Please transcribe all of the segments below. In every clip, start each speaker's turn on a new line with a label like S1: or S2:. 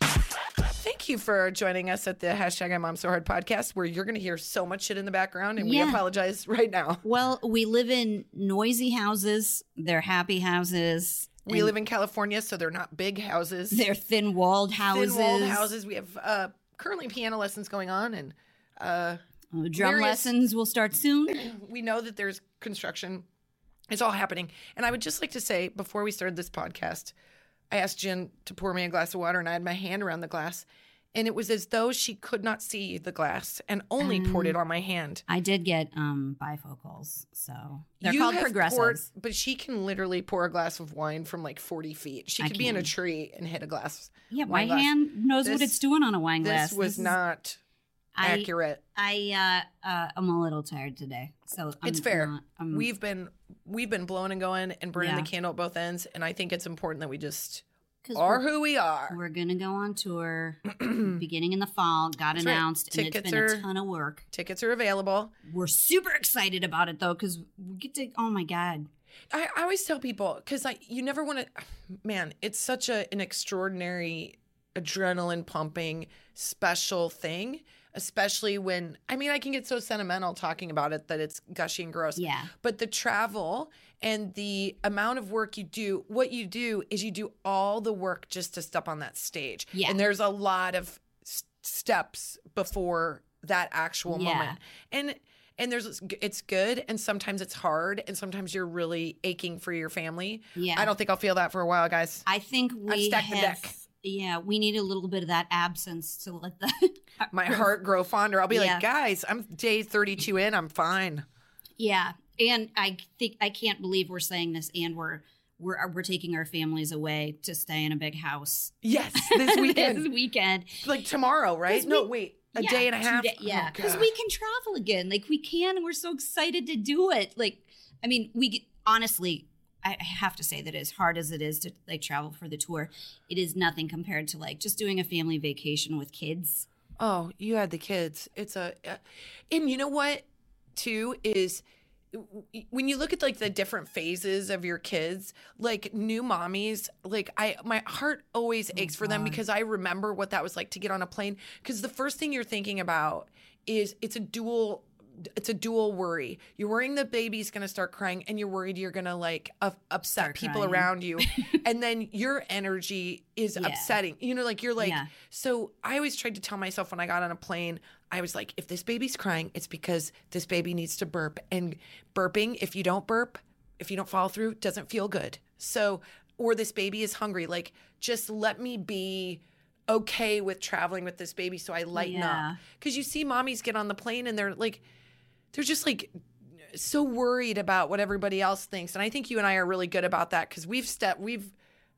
S1: Thank you for joining us at the hashtag I'm Mom So Hard podcast, where you're going to hear so much shit in the background, and
S2: Yeah.
S1: we apologize right now.
S2: Well, we live in noisy houses. They're happy houses.
S1: We live in California, so they're not big houses.
S2: They're thin-walled houses.
S1: Thin-walled houses. We have uh, currently piano lessons going on, and uh,
S2: Uh, Drum
S1: Various-
S2: lessons will start soon.
S1: we know that there's construction. It's all happening. And I would just like to say before we started this podcast, I asked Jen to pour me a glass of water, and I had my hand around the glass, and it was as though she could not see the glass and only poured
S2: Um.
S1: it on my hand.
S2: I did get um bifocals, so they're
S1: You
S2: called
S1: have
S2: progressives.
S1: poured- but she can literally pour a glass of wine from like 40 feet. She
S2: I
S1: could be in a
S2: can.
S1: tree and hit a glass.
S2: yeah, my
S1: wine glass.
S2: hand knows what
S1: This-
S2: it's doing on a wine glass.
S1: This was
S2: is-
S1: not
S2: I,
S1: accurate.
S2: I uh, uh, I'm a little tired today, so I'm
S1: it's fair.
S2: not- um, I'm-
S1: we've been we've been blowing and going and burning
S2: Yeah.
S1: the candle at both ends, and I think it's important that we just
S2: 'cause
S1: are
S2: we're-
S1: who we are.
S2: We're gonna go on tour beginning in the fall. Got
S1: That's right.
S2: announced, and it's
S1: Tickets
S2: been
S1: are-
S2: a ton of work.
S1: Tickets are available.
S2: We're super excited about it though, because we get to. Oh my god,
S1: I, I always tell people because I you never want to, man. It's such a an extraordinary adrenaline pumping special thing, especially when I mean I can get so sentimental talking about it that it's gushy and gross.
S2: yeah,
S1: But the travel and the amount of work you do, what you do is you do all the work just to step on that stage.
S2: Yeah.
S1: And there's a lot of s- steps before that actual
S2: Yeah.
S1: moment. And and there's it's good and sometimes it's hard and sometimes you're really aching for your family.
S2: yeah.
S1: I don't think I'll feel that for a while, guys.
S2: I think we
S1: stacked the
S2: have.
S1: deck.
S2: Yeah, we need a little bit of that absence to let the.
S1: My heart grow fonder. I'll be
S2: Yeah.
S1: like, guys, I'm day 32 in. I'm fine.
S2: Yeah, and I think I can't believe we're saying this, and we're we're we're taking our families away to stay in a big house
S1: Yes, this weekend,
S2: this weekend.
S1: like tomorrow, right?
S2: 'Cause
S1: No,
S2: we-
S1: wait, a
S2: Yeah,
S1: day and a
S2: two
S1: half.
S2: da-
S1: Oh,
S2: yeah, because
S1: God.
S2: we can travel again. Like we can, and we're so excited to do it. Like, I mean, we get, honestly, I I have to say that as hard as it is to like travel for the tour, it is nothing compared to like just doing a family vacation with kids.
S1: Oh, you had the kids. It's a, uh, and you know what, too, is w- when you look at like the different phases of your kids, like new mommies, like I, my heart always
S2: Oh
S1: aches for them because I remember what that was like to get on a plane. Because the first thing you're thinking about is it's a dual. It's a dual worry. You're worrying the baby's gonna start crying, and you're worried you're gonna like up upset
S2: Start
S1: people
S2: crying.
S1: around you, and then your energy is
S2: Yeah.
S1: upsetting. You know, like you're like,
S2: Yeah.
S1: so I always tried to tell myself when I got on a plane, I was like, if this baby's crying, it's because this baby needs to burp. And burping, if you don't burp, if you don't follow through, doesn't feel good. So, or this baby is hungry. Like, just let me be okay with traveling with this baby so I lighten
S2: Yeah.
S1: up. Cause you see mommies get on the plane and they're like, they're just like so worried about what everybody else thinks. And I think you and I are really good about that because we've stepped, we've,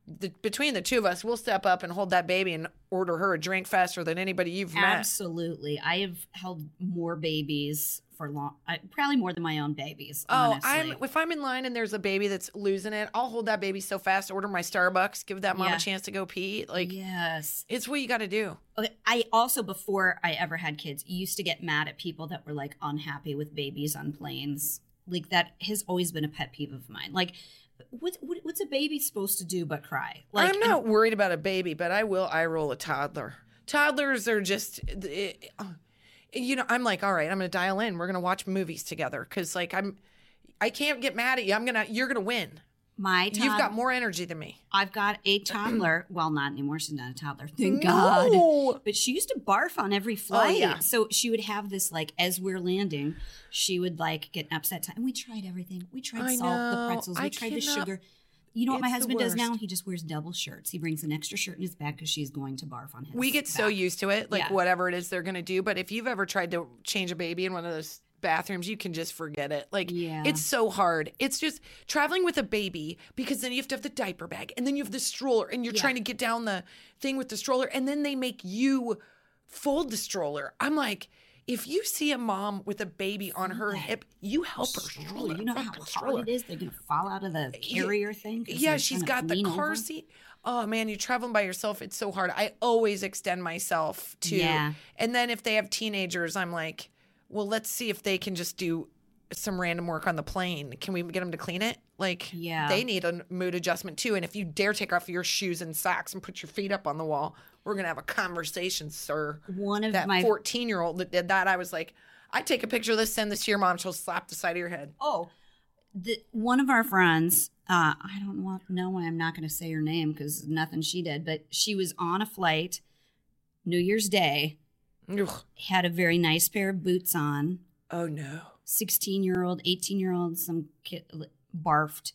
S1: the, between the two of us, we'll step up and hold that baby and order her a drink faster than anybody you've met.
S2: Absolutely, I have held more babies for long, I, probably more than my own babies. honestly.
S1: Oh, I'm if I'm in line and there's a baby that's losing it, I'll hold that baby so fast, order my Starbucks, give that mom
S2: Yeah.
S1: a chance to go pee. Like
S2: yes.
S1: it's what you got to do.
S2: Okay, I also, before I ever had kids, used to get mad at people that were like unhappy with babies on planes. Like that has always been a pet peeve of mine. Like, what, what what's a baby supposed to do but cry? Like,
S1: I'm not worried about a baby, but I will eye roll a toddler. Toddlers are just, it- uh, you know, I'm like, all right, I'm gonna dial in. We're gonna watch movies together because like I'm, I can't get mad at you. I'm gonna, you're gonna win.
S2: my todd-
S1: You've got more energy than me.
S2: I've got a toddler. well, not anymore. She's not a toddler. Thank God.
S1: No. Oh,
S2: But she used to barf on every flight.
S1: yeah.
S2: So she would have this like as we're landing, she would like get an upset time. And we tried everything. We tried
S1: I
S2: salt,
S1: know.
S2: the pretzels, we
S1: I
S2: tried the
S1: cannot-
S2: sugar. You know what my
S1: It's the
S2: husband does now?
S1: worst.
S2: He just wears double shirts. He brings an extra shirt in his bag because she's going to barf on his.
S1: We get so
S2: back.
S1: used to it, like
S2: Yeah.
S1: whatever it is they're gonna do. But if you've ever tried to change a baby in one of those bathrooms, you can just forget it. Like
S2: Yeah.
S1: it's so hard. It's just traveling with a baby because then you have to have the diaper bag and then you have the stroller and you're
S2: Yeah.
S1: trying to get down the thing with the stroller and then they make you fold the stroller. I'm like, if you see a mom with a baby on her hip, you help her stroller.
S2: You know how
S1: fucking
S2: hard
S1: stroller.
S2: it is? They're gonna fall out of the carrier thing. 'cause
S1: Yeah,
S2: they're
S1: she's
S2: trying
S1: got
S2: to
S1: the
S2: lean
S1: car
S2: over.
S1: seat. Oh man, you're traveling by yourself. It's so hard. I always extend myself to.
S2: Yeah.
S1: And then if they have teenagers, I'm like, well, let's see if they can just do some random work on the plane. Can we get them to clean it? Like,
S2: Yeah.
S1: they need a mood adjustment too. And if you dare take off your shoes and socks and put your feet up on the wall, we're gonna have a conversation, sir.
S2: One of
S1: That
S2: my
S1: 14 year old that did that, I was like, I take a picture of this, send this to your mom. She'll slap the side of your head.
S2: oh, the, one of our friends. Uh, I don't wa- know why I'm not gonna say her name because nothing she did, but she was on a flight, New Year's Day,
S1: Ugh.
S2: had a very nice pair of boots on.
S1: Oh no.
S2: 16 year old, 18 year old, some kid li- barfed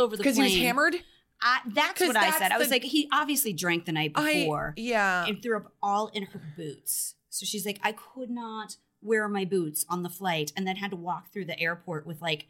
S2: over the plane.
S1: Because he was hammered.
S2: I, that's
S1: 'Cause
S2: what I
S1: that's
S2: said. I was
S1: the-
S2: like, he obviously drank the night before
S1: I, yeah.
S2: and threw up all in her boots. So she's like, I could not wear my boots on the flight and then had to walk through the airport with like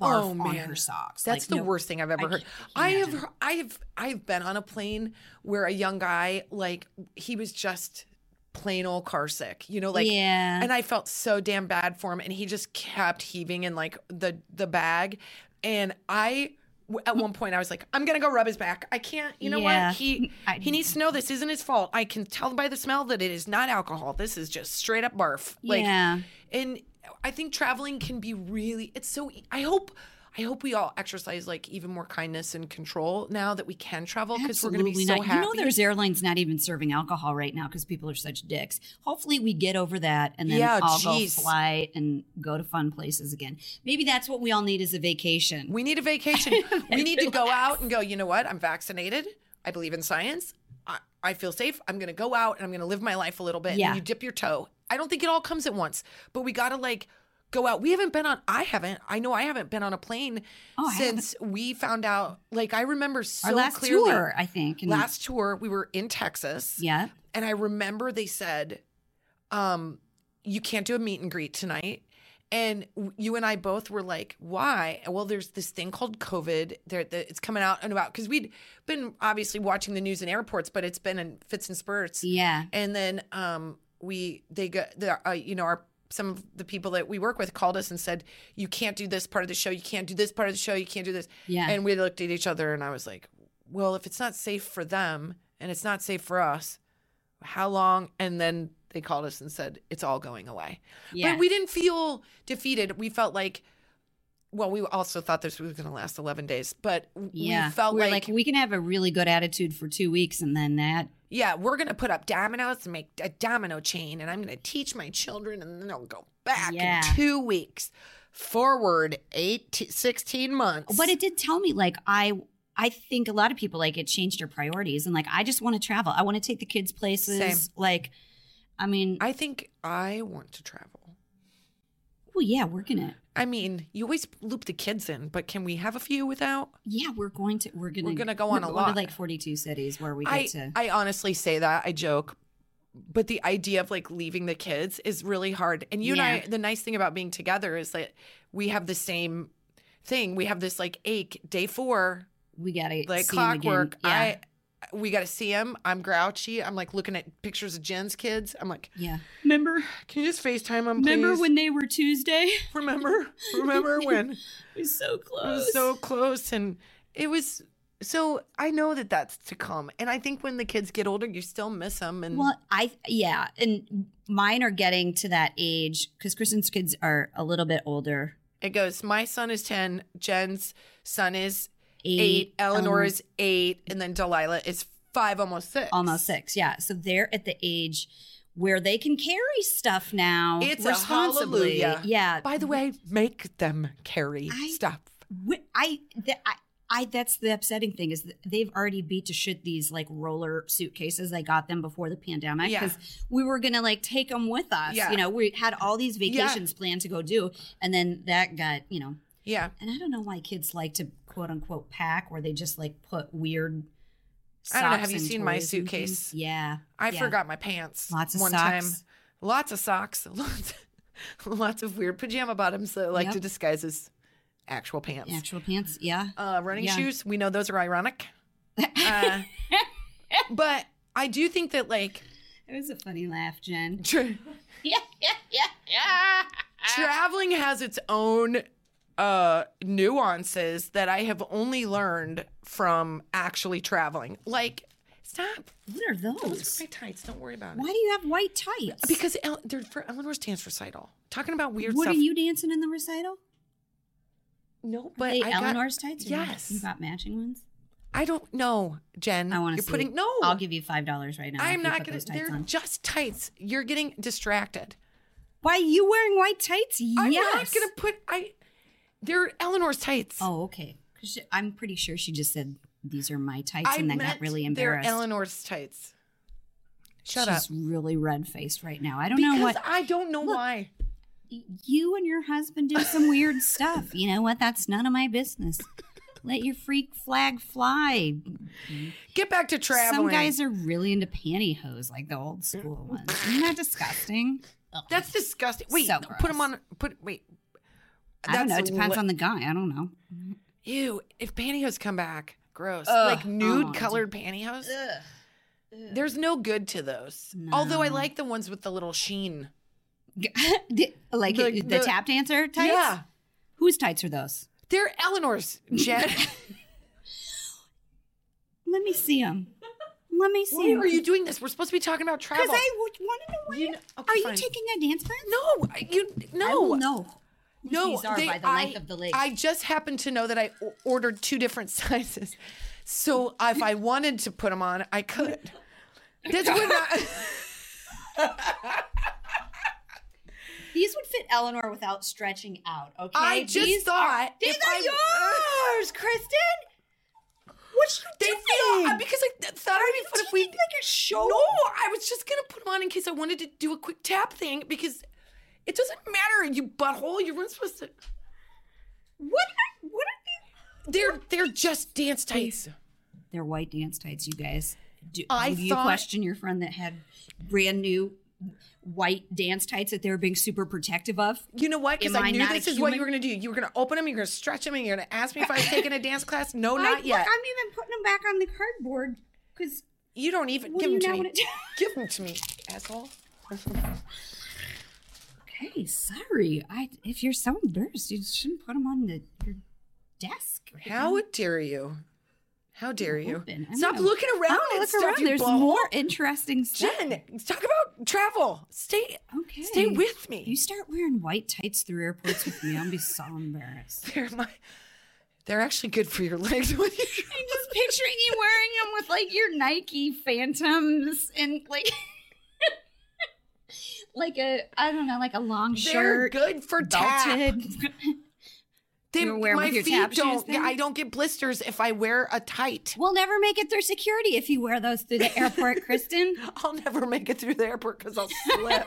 S2: barf
S1: Oh,
S2: on
S1: man.
S2: her socks.
S1: That's
S2: Like,
S1: the
S2: no-
S1: worst thing I've ever
S2: I
S1: heard.
S2: can't- I
S1: I
S2: can't
S1: have,
S2: imagine.
S1: heard- I have, I've been on a plane where a young guy, like, he was just plain old car sick, you know, like,
S2: yeah.
S1: and I felt so damn bad for him, and he just kept heaving in like the the bag, and I. w- At one point, I was like, "I'm gonna go rub his back. I can't. You know
S2: Yeah.
S1: what? He
S2: I-
S1: he needs to know this isn't his fault. I can tell by the smell that it is not alcohol. This is just straight up barf. Like,
S2: yeah.
S1: and i think traveling can be really it's so i hope i hope we all exercise like even more kindness and control now that we can travel because we're going to be
S2: Absolutely
S1: so
S2: not.
S1: happy
S2: You know, there's airlines not even serving alcohol right now because people are such dicks. Hopefully, we get over that and then
S1: Yeah,
S2: all
S1: jeez.
S2: go fly and go to fun places again. Maybe that's what we all need is a vacation.
S1: we need a vacation we need to go out and go you know what i'm vaccinated i believe in science i, I feel safe i'm going to go out and i'm going to live my life a little bit
S2: Yeah.
S1: and you dip your toe i don't think it all comes at once but we got to like go out we haven't been on i haven't i know i haven't been on a plane
S2: Oh, I haven't.
S1: since we found out like i remember so
S2: Our last
S1: clearly
S2: tour, I think. and-
S1: last tour we were in texas
S2: yeah.
S1: and i remember they said um you can't do a meet and greet tonight and w- you and i both were like why well there's this thing called covid there that it's coming out and about because we'd been obviously watching the news in airports but it's been in fits and spurts
S2: Yeah.
S1: and then um, we they got the uh, you know our some of the people that we work with called us and said you can't do this part of the show, you can't do this part of the show, you can't do this.
S2: Yeah.
S1: And we looked at each other and I was like, well, if it's not safe for them and it's not safe for us, how long? And then they called us and said it's all going away.
S2: Yeah.
S1: But we didn't feel defeated. We felt like. Well, we also thought this was going to last 11 days, but w-
S2: yeah.
S1: we felt
S2: We're
S1: like
S2: we can have a really good attitude for two weeks and then that.
S1: yeah, we're gonna put up dominoes and make a domino chain, and I'm gonna teach my children, and then they'll go back
S2: Yeah.
S1: in two weeks, forward eight, to 16 months.
S2: But it did tell me like I I think a lot of people like it changed their priorities and like I just want to travel. I want to take the kids places.
S1: Same.
S2: Like, I mean,
S1: I think I want to travel.
S2: well, oh, yeah, we're gonna
S1: I mean, you always loop the kids in, but can we have a few without?
S2: Yeah, we're going to we're gonna
S1: We're gonna go on
S2: we're
S1: a
S2: going to
S1: lot.
S2: like forty two cities where we get
S1: I
S2: to.
S1: I honestly say that I joke, but the idea of like leaving the kids is really hard. And you and I,
S2: Yeah.
S1: the nice thing about being together is that we have the same thing. We have this like ache day four.
S2: we gotta
S1: like
S2: see 'em again.
S1: clockwork.
S2: Yeah,
S1: I we got to see him. I'm grouchy. I'm like looking at pictures of Jen's kids. I'm like,
S2: yeah. Remember,
S1: can you just Facetime him?
S2: remember
S1: please?
S2: when they were Tuesday?
S1: Remember, remember when? It
S2: It was so close.
S1: was so close, and it was. So I know that that's to come, and I think when the kids get older, you still miss them. And
S2: Well, I yeah, and mine are getting to that age because Kristen's kids are a little bit older.
S1: it goes. My son is ten. Jen's son is
S2: Eight, um,
S1: eight. Eleanor is eight, and then Delilah is five, almost six.
S2: almost six. Yeah, so they're at the age where they can carry stuff now.
S1: It's a
S2: responsibly.
S1: hallelujah.
S2: Yeah,
S1: By the way, make them carry
S2: I-
S1: stuff.
S2: Wh- I, th- I, I, that's the upsetting thing is that they've already beat to shit these like roller suitcases. I got them before the pandemic
S1: Yeah.
S2: because we were gonna like take them with us.
S1: Yeah.
S2: You know, we had all these
S1: Yeah.
S2: vacations planned to go do, and then that got you know.
S1: Yeah.
S2: And I don't know why kids like to quote unquote pack where they just like put weird.
S1: I don't know.
S2: socks
S1: Have you
S2: and
S1: seen my
S2: toys and things.
S1: suitcase?
S2: Yeah,
S1: I
S2: Yeah.
S1: forgot my pants
S2: Lots of
S1: one
S2: socks.
S1: time. lots of socks, lots, lots of weird pajama bottoms that like
S2: Yep.
S1: to disguise as actual pants.
S2: Actual pants, yeah.
S1: Uh, running
S2: Yeah.
S1: shoes, we know those are ironic. Uh, but I do think that like
S2: It was a funny laugh, Jen.
S1: tra-
S2: yeah, yeah, yeah, yeah.
S1: traveling has its own uh nuances that I have only learned from actually traveling. Like, stop.
S2: What are those?
S1: My tights, don't worry about it.
S2: Oh. Why do you have white tights?
S1: Because El- they're for Eleanor's dance recital. Talking about weird
S2: what
S1: stuff.
S2: are you dancing in the recital?
S1: No,
S2: Are
S1: but
S2: they
S1: I got-
S2: Eleanor's tights? or not?
S1: Yes.
S2: You got matching ones?
S1: I don't know, Jen.
S2: I want to
S1: You're
S2: see.
S1: putting no.
S2: I'll give you five dollars right now. if
S1: I'm
S2: you
S1: not
S2: put
S1: gonna.
S2: those tights
S1: They're
S2: on.
S1: just tights. You're getting distracted.
S2: Why are you wearing white tights?
S1: I'm
S2: yes.
S1: not gonna put. I. They're Eleanor's tights.
S2: Oh, okay. 'Cause she- I'm pretty sure she just said these are my tights,
S1: I
S2: and then got
S1: meant
S2: really
S1: They're
S2: embarrassed.
S1: Eleanor's tights. Shut
S2: She's
S1: up.
S2: really red faced right now. I don't
S1: Because
S2: know what
S1: I don't know
S2: Look.
S1: why.
S2: you and your husband do some weird stuff. You know what? That's none of my business. Let your freak flag fly.
S1: Get back to traveling.
S2: Some guys are really into pantyhose, like the old school ones. Isn't that disgusting?
S1: That's disgusting. Wait,
S2: So
S1: put them
S2: gross.
S1: on. Put wait.
S2: I don't know. It
S1: That's
S2: depends
S1: li-
S2: on the guy. I don't know.
S1: Ew, if pantyhose come back, gross.
S2: Ugh.
S1: like nude
S2: Oh,
S1: colored pantyhose. There's no good to those. Although I like the ones with the little sheen.
S2: like
S1: The-
S2: the,
S1: the-
S2: tap dancer tights.
S1: Yeah.
S2: Whose tights are those?
S1: They're Eleanor's, Jen.
S2: Let me see them. Let me see
S1: Why
S2: 'em.
S1: are you doing this? We're supposed to be talking about travel.
S2: Because I want to know why.
S1: You
S2: You,
S1: know- okay,
S2: are you
S1: fine.
S2: taking a dance class?
S1: No, I- you
S2: I
S1: no.
S2: will know. whose
S1: No,
S2: these are
S1: they-
S2: by the
S1: I,
S2: length of the leg.
S1: I just happened to know that I o- ordered two different sizes. So if I wanted to put them on, I could. That's what I,
S2: These would fit Eleanor without stretching out. Okay.
S1: I just
S2: These
S1: thought.
S2: are, these
S1: if
S2: are
S1: I-
S2: yours, Kristen. What you
S1: They
S2: doing?
S1: feel uh, because I th- thought it'd be fun if we
S2: taking, like, a show?
S1: No, I was just gonna put them on in case I wanted to do a quick tap thing because it doesn't matter. You butthole, you weren't supposed to.
S2: what? Are, what are these?
S1: They're they're just dance tights.
S2: They're white dance tights, you guys. Do,
S1: I
S2: do you
S1: thought-
S2: question your friend that had brand new white dance tights that they were being super protective of?
S1: You know what? Because
S2: Am
S1: I,
S2: I
S1: knew
S2: not a
S1: this is what you were
S2: human?
S1: gonna do. You were gonna open them. You're gonna stretch them. And you're gonna ask me if I was taking a dance class. No, not
S2: I,
S1: yet.
S2: Look, I'm even putting them back on the cardboard because
S1: you don't even
S2: What
S1: give them
S2: do you
S1: to
S2: now
S1: me.
S2: wanna do?
S1: give them to me, asshole.
S2: Hey, sorry. I if you're so embarrassed, you shouldn't put them on the your desk.
S1: How dare you? How dare you?
S2: Mm-hmm. Open. I'm
S1: Stop
S2: gonna-
S1: looking around and
S2: I'll look
S1: stuff. you
S2: There's
S1: butthole.
S2: more interesting stuff.
S1: Jen, talk about travel. Stay,
S2: Okay.
S1: stay with me.
S2: You start wearing white tights through airports with me, I'll be so embarrassed.
S1: They're my. They're actually good for your legs when you.
S2: I'm just picturing you wearing them with like your Nike Phantoms and like like a I don't know, like a long
S1: They're
S2: shirt.
S1: good for tap.
S2: belted.
S1: They,
S2: You're wearing
S1: my
S2: with your
S1: feet
S2: tap shoes
S1: don't.
S2: then?
S1: I don't get blisters if I wear a tight.
S2: we'll never make it through security if you wear those through the airport, Kristen.
S1: I'll never make it through the airport because I'll slip.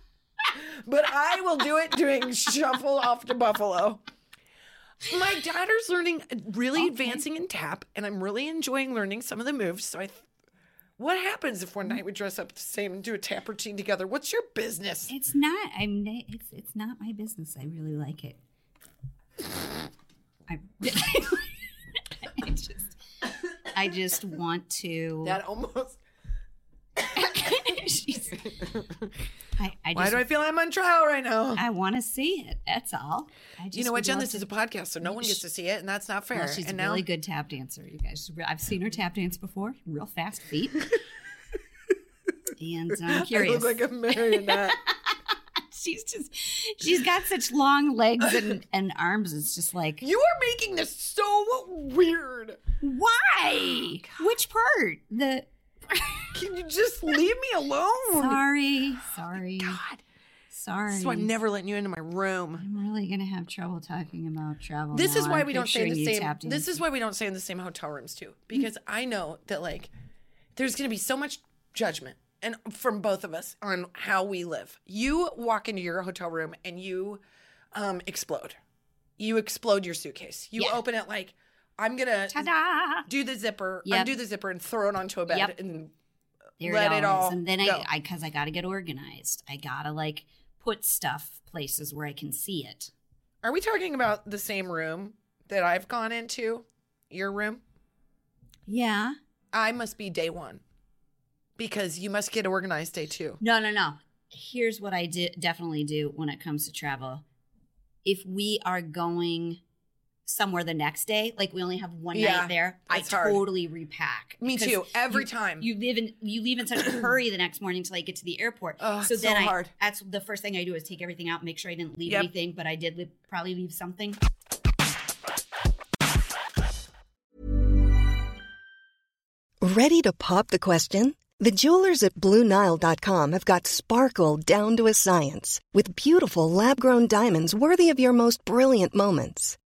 S1: but I will do it doing shuffle off to Buffalo. My daughter's learning, really advancing in tap, and I'm really enjoying learning some of the moves. So I, th- what happens if one night we dress up the same and do a tap routine together? What's your business?
S2: It's not. I'm. n- It's. It's not my business. I really like it. I. I just. I just want to.
S1: That almost.
S2: Jeez. I. I
S1: Why
S2: just.
S1: do
S2: I,
S1: I feel I'm on trial right now?
S2: want to see it. That's all. I just
S1: You know what,
S2: would
S1: Jen?
S2: love
S1: This
S2: to-
S1: is a podcast, so no one gets to see it, and that's not fair.
S2: Well, she's
S1: and
S2: a
S1: now
S2: really good tap dancer, you guys. She's re- I've seen her tap dance before. Real fast feet. and I'm
S1: I
S2: curious.
S1: look like a marionette.
S2: she's just. She's got such long legs and, and arms. It's just like.
S1: you are making this so weird.
S2: Why?
S1: Oh,
S2: Which part? The
S1: Can you just leave me alone?
S2: sorry, sorry,
S1: Oh, God.
S2: sorry.
S1: So I'm never letting you into my room.
S2: I'm really gonna have trouble talking about travel.
S1: This
S2: now.
S1: is why
S2: I'm
S1: we don't stay in the
S2: picturing you Mm.
S1: same.
S2: tap
S1: This is
S2: dancing.
S1: why we don't stay in the same hotel rooms too, because I know that like there's going to be so much judgment and from both of us on how we live. You walk into your hotel room and you um, explode. You explode your suitcase. You
S2: Yeah.
S1: open it like I'm gonna
S2: Ta-da!
S1: do the zipper,
S2: Yep.
S1: undo the zipper, and throw it onto a bed
S2: Yep.
S1: and
S2: There
S1: Let it all
S2: And then
S1: go.
S2: I, because I, got to get organized. I got to like put stuff places where I can see it.
S1: Are we talking about the same room that I've gone into? Your room?
S2: Yeah.
S1: I must be day one because you must get organized day two.
S2: No, no, no. Here's what I di- definitely do when it comes to travel. If we are going somewhere the next day, like we only have one
S1: Yeah,
S2: night there, I
S1: that's hard.
S2: totally repack.
S1: Me
S2: because
S1: too. Every
S2: you-
S1: time.
S2: you live in you leave in such a hurry the next morning till I get to the airport.
S1: Oh,
S2: so
S1: it's
S2: then
S1: so
S2: I
S1: hard.
S2: that's the first thing I do is take everything out, make sure I didn't leave
S1: Yep.
S2: anything, but I did leave, probably leave something.
S3: Ready to pop the question? The jewelers at BlueNile.com have got sparkle down to a science with beautiful lab grown diamonds worthy of your most brilliant moments.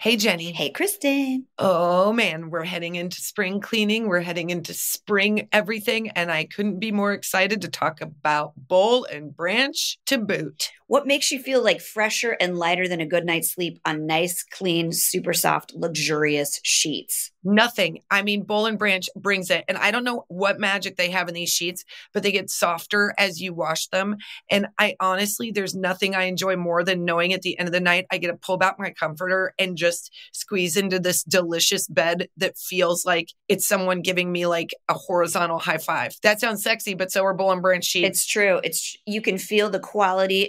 S1: Hey, Jenny.
S2: Hey, Kristen.
S1: Oh man, we're heading into spring cleaning. We're heading into spring everything. And I couldn't be more excited to talk about bowl and branch to boot.
S2: What makes you feel like fresher and lighter than a good night's sleep on nice, clean, super soft, luxurious sheets?
S1: Nothing. I mean, bowl and branch brings it. And I don't know what magic they have in these sheets, but they get softer as you wash them. And I honestly, there's nothing I enjoy more than knowing at the end of the night, I get to pull back my comforter and just squeeze into this delicious bed that feels like it's someone giving me like a horizontal high five. That sounds sexy, but so are bowl and branch sheets.
S2: It's true. It's you can feel the quality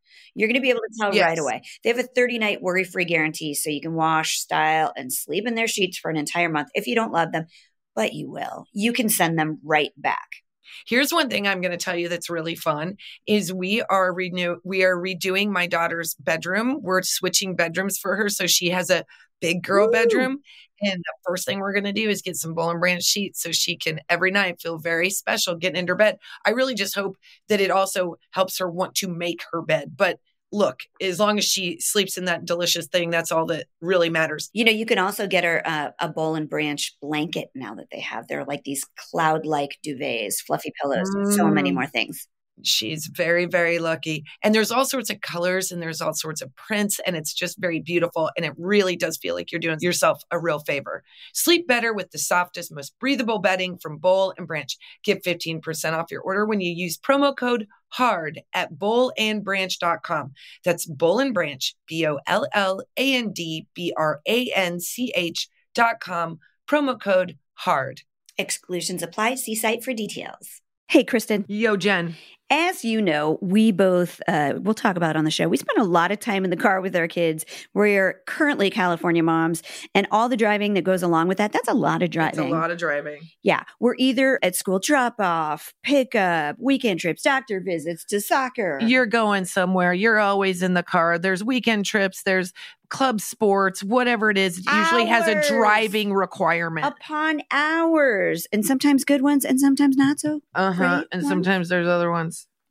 S4: You're going to be able to tell
S1: Yes.
S4: right away. They have a 30 night worry free guarantee, so you can wash, style, and sleep in their sheets for an entire month if you don't love them, but you will. You can send them right back.
S1: Here's one thing I'm going to tell you that's really fun is we are renew we are redoing my daughter's bedroom. We're switching bedrooms for her so she has a big girl bedroom and the first thing we're going to do is get some Bowl and Branch sheets so she can every night feel very special getting into her bed. I really just hope that it also helps her want to make her bed. But look, as long as she sleeps in that delicious thing, that's all that really matters.
S4: You know, you can also get her uh, a bowl and branch blanket now that they have. They're like these cloud like duvets, fluffy pillows, so many
S1: Mm.
S4: more things.
S1: she's very very lucky and there's all sorts of colors and there's all sorts of prints and it's just very beautiful and it really does feel like you're doing yourself a real favor sleep better with the softest most breathable bedding from bowl and branch get 15% off your order when you use promo code hard at bowlandbranch.com that's bowl and branch b-o-l-l-a-n-d-b-r-a-n-c-h dot com promo code hard
S4: Exclusions apply. See site for details.
S2: Hey, Kristen.
S1: yo jen
S2: As you know, we both, uh, we'll talk about it on the show. We spend a lot of time in the car with our kids. We're currently California moms, and all the driving that goes along with that, that's a lot of
S1: it's a
S2: driving.
S1: lot of driving
S2: yeah. We're either at school drop off, pickup, weekend trips, doctor visits to soccer.
S1: You're going somewhere. You're always in the car. There's weekend trips, there's club sports, whatever it is. It usually has
S2: Hours.
S1: a driving requirement.
S2: upon hours, and sometimes good ones, and sometimes not so
S1: Uh huh.
S2: great
S1: And
S2: one.
S1: sometimes there's other ones.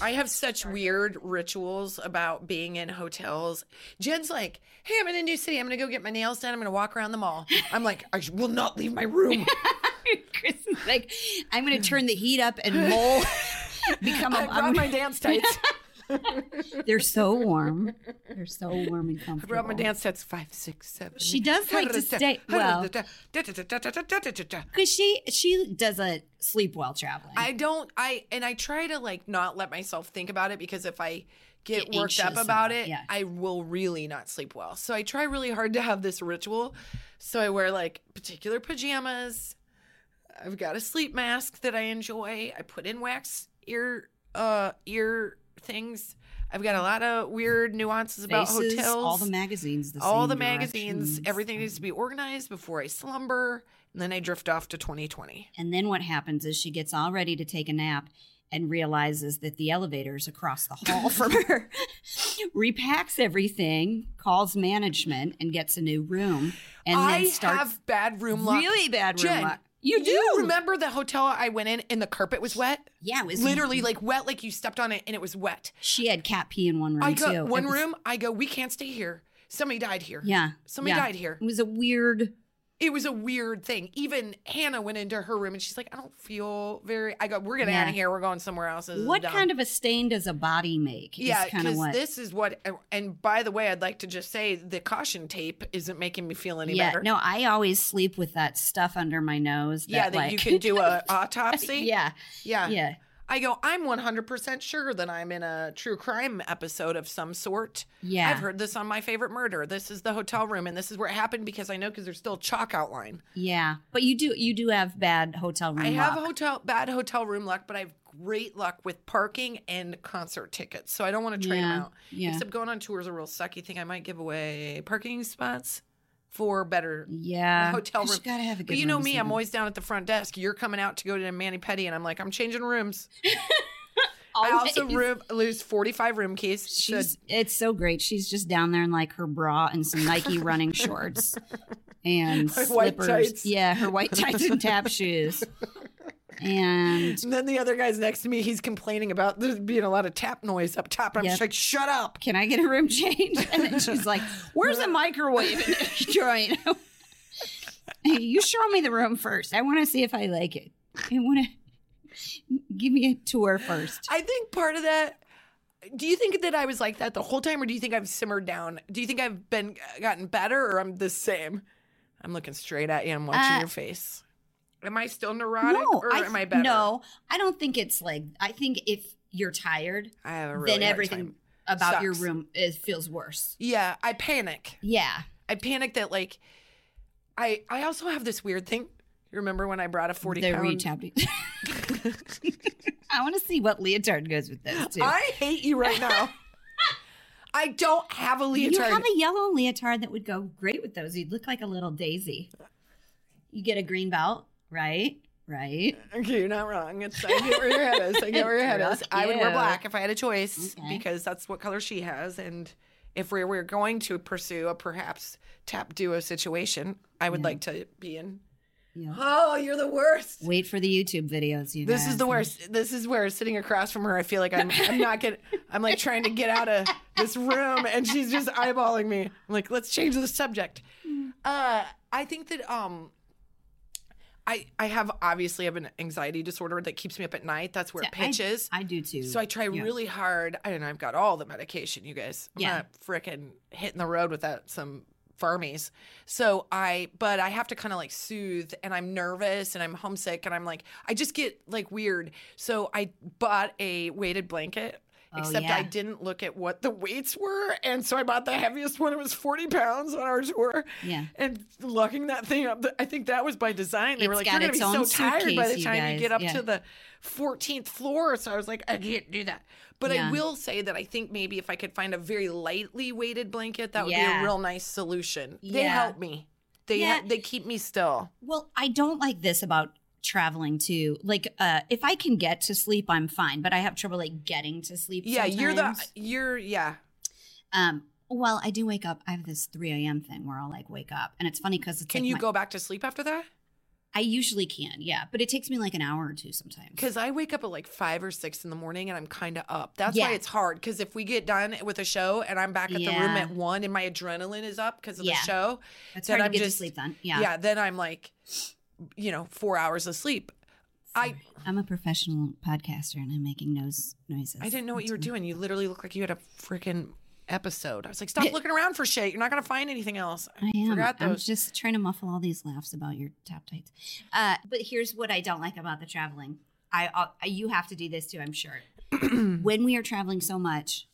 S5: I have such weird rituals about being in hotels. Jen's like, "Hey, I'm in a new city. I'm gonna go get my nails done. I'm gonna walk around the mall." I'm like, "I will not leave my room."
S2: Chris is like, I'm going to turn the heat up and roll. Become a,
S5: I brought
S2: I'm-
S5: my dance tights.
S2: They're so warm. They're so warm and
S5: I
S2: comfortable.
S5: brought my dance tights. Five, six, seven.
S2: She does like to stay- well. Because she she doesn't sleep well traveling.
S5: I don't. I and I try to like not let myself think about it because if I get,
S2: Get
S5: worked up
S2: anxious
S5: about
S2: about it,
S5: it,
S2: yeah.
S5: I will really not sleep well. So I try really hard to have this ritual. So I wear like particular pajamas. I've got a sleep mask that I enjoy. I put in wax ear uh ear things. I've got a lot of weird nuances about
S2: Faces,
S5: hotels.
S2: all the magazines. The
S5: all
S2: same
S5: the magazines,
S2: directions.
S5: everything needs to be organized before I slumber, and then I drift off to 2020.
S2: And then what happens is she gets all ready to take a nap and realizes that the elevator's across the hall from her. repacks everything, calls management, and gets a new room. And
S5: I
S2: then starts
S5: have bad room luck.
S2: really bad room
S5: Jen,
S2: luck.
S5: You do remember the hotel I went in and the carpet was wet?
S2: Yeah, it was
S5: Literally like wet, like you stepped on it and it was wet.
S2: She had cat pee in one room
S5: I
S2: too.
S5: go
S2: It
S5: one
S2: was-
S5: room. I go. We can't stay here. Somebody died here.
S2: Yeah.
S5: Somebody
S2: yeah.
S5: died here.
S2: It was a weird.
S5: It was a weird thing. Even Hannah went into her room and she's like, I don't feel very. I go. We're getting out
S2: Yeah.
S5: of here. We're going somewhere else. This is
S2: What
S5: dumb."
S2: kind of a stain does a body make? is
S5: Yeah,
S2: kind of
S5: because
S2: what.
S5: this is what. And by the way, I'd like to just say the caution tape isn't making me feel any
S2: yeah,
S5: better.
S2: no, I always sleep with that stuff under my nose.
S5: Yeah, that
S2: like,
S5: you can do a autopsy.
S2: yeah,
S5: yeah,
S2: yeah.
S5: I go, I'm 100% sure that I'm in a true crime episode of some sort.
S2: Yeah.
S5: I've heard this on My Favorite Murder. This is the hotel room, and this is where it happened because I know because there's still chalk outline.
S2: Yeah, but you do you do have bad hotel room.
S5: I have
S2: luck.
S5: hotel bad hotel room luck, but I have great luck with parking and concert tickets. So I don't want to trade
S2: Yeah,
S5: them out.
S2: yeah.
S5: Except going on tour is a real sucky thing. I might give away parking spots for better
S2: Yeah,
S5: hotel room.
S2: You gotta have a
S5: But
S2: good.
S5: you know
S2: room to
S5: me,
S2: sleep
S5: I'm
S2: in.
S5: always down at the front desk. You're coming out to go to Manny Petty, and I'm like, I'm changing rooms. I also
S2: Always.
S5: room, lose 45 room keys. So
S2: She's it's so great. She's just down there in like her bra and some Nike running shorts and
S5: Her
S2: slippers.
S5: white tights.
S2: Yeah, her white tights and tap shoes. And
S5: And then the other guy's next to me, he's complaining about there being a lot of tap noise up top. And I'm
S2: Yep.
S5: just like, shut up.
S2: can I get a room change? And then she's like, "Where's the microwave in this joint?" hey, you show me the room first. I want to see if I like it. I want to give me a tour first.
S5: I think part of that. Do you think that I was like that the whole time, or do you think I've simmered down? Do you think I've been uh, gotten better, or I'm the same? I'm looking straight at you. I'm watching
S2: Uh,
S5: your face. Am I still neurotic, or
S2: I
S5: am I
S2: th-
S5: better?
S2: No, I don't think it's like. I think if you're tired,
S5: I have a really
S2: then
S5: hard
S2: everything
S5: time.
S2: about your
S5: Sucks.
S2: room is, feels worse.
S5: Yeah, I panic.
S2: Yeah,
S5: I panic that like, I I also have this weird thing. You remember when I brought a forty
S2: the
S5: pound-
S2: retapping. I want to see what leotard goes with this too.
S5: I hate you right now. I don't have a leotard.
S2: You have a yellow leotard that would go great with those. You'd look like a little daisy. You get a green belt, right? Right.
S5: Okay, you're not wrong. It's I get where your head is. I get where your head is. I would wear
S2: Yeah.
S5: black if I had a choice
S2: Okay.
S5: because that's what color she has. And if we were going to pursue a perhaps tap duo situation, I would like to be in.
S2: Yeah.
S5: Oh, you're the worst.
S2: Wait for the YouTube videos. You
S5: This
S2: guys.
S5: is the worst. This is where sitting across from her, I feel like I'm, I'm not getting, I'm like trying to get out of this room and she's just eyeballing me. I'm like, let's change the subject.
S2: Mm.
S5: Uh, I think that, um, I, I have obviously have an anxiety disorder that keeps me up at night. That's where it
S2: I-
S5: pitches.
S2: I, do too.
S5: so I try
S2: yeah.
S5: really hard. I and I've got all the medication, you guys. I'm
S2: Yeah.
S5: not frickin' hitting the road without some farmies. So I, but I have to kind of like soothe, and I'm nervous, and I'm homesick, and I'm like, I just get like weird. So I bought a weighted blanket.
S2: Oh,
S5: Except I
S2: yeah.
S5: didn't look at what the weights were. And so I bought the heaviest one. It was 40 pounds on our tour.
S2: Yeah.
S5: And locking that thing up, I think that was by design. They were
S2: It's
S5: like,
S2: got
S5: you're going to
S2: its
S5: be so
S2: own
S5: tired by
S2: suitcase,
S5: the
S2: you
S5: time you
S2: guys.
S5: get up
S2: Yeah.
S5: to the 14th floor. So I was like, I can't do that. But I
S2: Yeah.
S5: will say that I think maybe if I could find a very lightly weighted blanket, that would be
S2: Yeah.
S5: a real nice solution. They
S2: Yeah.
S5: help me. They ha-
S2: Yeah.
S5: they keep me still.
S2: Well, I don't like this about traveling too. Like uh if I can get to sleep, I'm fine, but I have trouble like getting to sleep.
S5: Yeah, you're the
S2: sometimes.
S5: you're yeah.
S2: um well, I do wake up. I have this 3 a.m. thing where I'll like wake up, and it's funny because it's
S5: Can
S2: like
S5: you
S2: my-
S5: go back to sleep after that?
S2: I usually can, yeah, but it takes me like an hour or two sometimes.
S5: Because I wake up at like five or six in the morning and I'm kind of up. That's why
S2: Yeah.
S5: it's hard. Because if we get done with a show and I'm back at the room
S2: Yeah.
S5: at one and my adrenaline is up because of the
S2: Yeah.
S5: show,
S2: it's
S5: then I'm
S2: hard to get
S5: just-
S2: to sleep then.
S5: yeah.
S2: Yeah,
S5: then I'm like, you know, four hours of sleep. I
S2: I'm a professional podcaster, and I'm making nose noises.
S5: I didn't know what you were
S2: That's
S5: doing. You literally look like you had a freaking episode. I was like, stop looking around for shit. You're not gonna find anything else.
S2: I am.
S5: Forgot
S2: I'm
S5: those.
S2: just trying to muffle all these laughs about your tap tights. Uh, but here's what I don't like about the traveling. I, I you have to do this too. I'm sure. when we are traveling so much,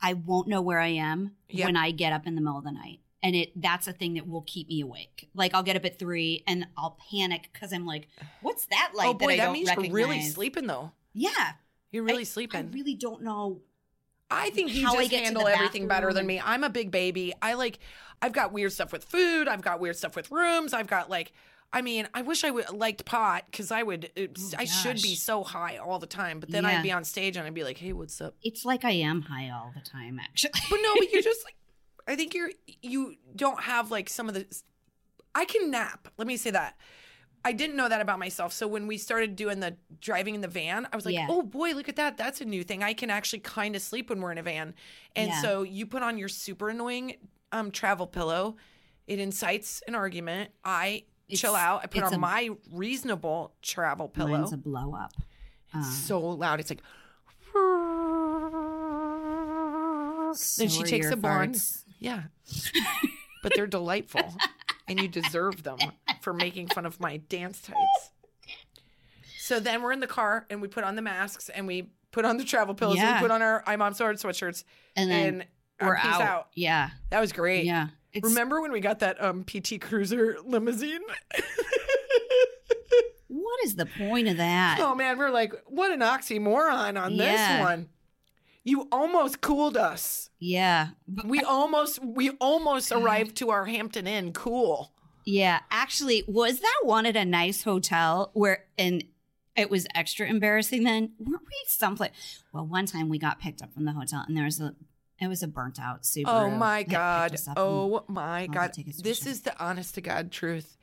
S2: I won't know where I am
S5: Yeah.
S2: when I get up in the middle of the night, and it that's a thing that will keep me awake. Like I'll get up at three and I'll panic because I'm like, "What's that like?"
S5: oh boy,
S2: I
S5: that
S2: don't
S5: means you're really
S2: recognize?"
S5: sleeping though.
S2: Yeah,
S5: You're really
S2: I-
S5: sleeping.
S2: I really don't know.
S5: I think you
S2: how I
S5: just
S2: get to
S5: handle
S2: the
S5: everything better than
S2: bathroom.
S5: me. I'm a big baby. I like, I've got weird stuff with food. I've got weird stuff with rooms. I've got like, I mean, I wish I would liked pot because I would, it's- I should be
S2: Oh, gosh.
S5: so high all the time. But then
S2: Yeah.
S5: I'd be on stage and I'd be like, hey, what's up?
S2: It's like I am high all the time, actually.
S5: But no, but you're just like, I think you're, you don't have like some of the, I can nap. Let me say that. I didn't know that about myself. So when we started doing the driving in the van, I was like,
S2: Yeah.
S5: oh boy, look at that. That's a new thing. I can actually kind of sleep when we're in a van. And
S2: Yeah.
S5: so you put on your super annoying um, travel pillow, it incites an argument. I chill
S2: It's-
S5: out. I put
S2: it's
S5: on
S2: a-
S5: my reasonable travel pillow.
S2: Mine's a uh, blow up.
S5: It's so loud. It's like,
S2: So
S5: then she
S2: are
S5: takes
S2: your
S5: a bond.
S2: farts.
S5: Yeah. but they're delightful and you deserve them for making fun of my dance tights. So then we're in the car and we put on the masks and we put on the travel pillows and
S2: Yeah.
S5: we put on our I'm on sword sweatshirts
S2: And then
S5: and, our
S2: we're
S5: peace
S2: out.
S5: out.
S2: Yeah.
S5: That was great.
S2: Yeah. It's,
S5: Remember when we got that um, PT Cruiser limousine?
S2: what is the point of that?
S5: oh man, we're like, what an oxymoron on
S2: Yeah.
S5: this one. You almost cooled us.
S2: Yeah. But-
S5: We almost we almost arrived to our Hampton Inn cool.
S2: yeah. Actually, was that one at a nice hotel where and it was extra embarrassing then? Weren't we someplace? Well, one time we got picked up from the hotel and there was a it was a burnt out Subaru.
S5: Oh my
S2: that picked
S5: God.
S2: us up and-
S5: Oh my
S2: the
S5: God.
S2: tickets were
S5: This
S2: shipped.
S5: is the honest to God truth.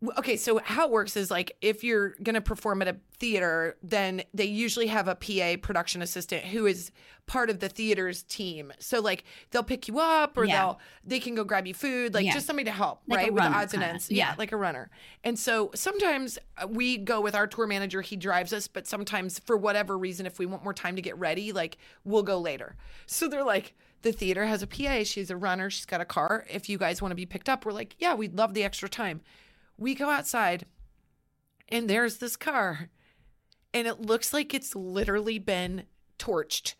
S5: W- Okay, so how it works is like if you're going to perform at a theater, then they usually have a PA production assistant who is part of the theater's team. So like they'll pick you up or
S2: Yeah.
S5: they'll they can go grab you food, like
S2: Yeah.
S5: just somebody to help,
S2: Like a
S5: right? With the
S2: runner
S5: odds and
S2: kinda.
S5: ends. Yeah.
S2: Yeah.
S5: like a runner. And so sometimes uh, we go with our tour manager, he drives us, but sometimes for whatever reason if we want more time to get ready, like we'll go later. So they're like the theater has a PA, she's a runner, she's got a car. If you guys want to be picked up, we're like, yeah, we'd love the extra time. We go outside and there's this car and it looks like it's literally been torched.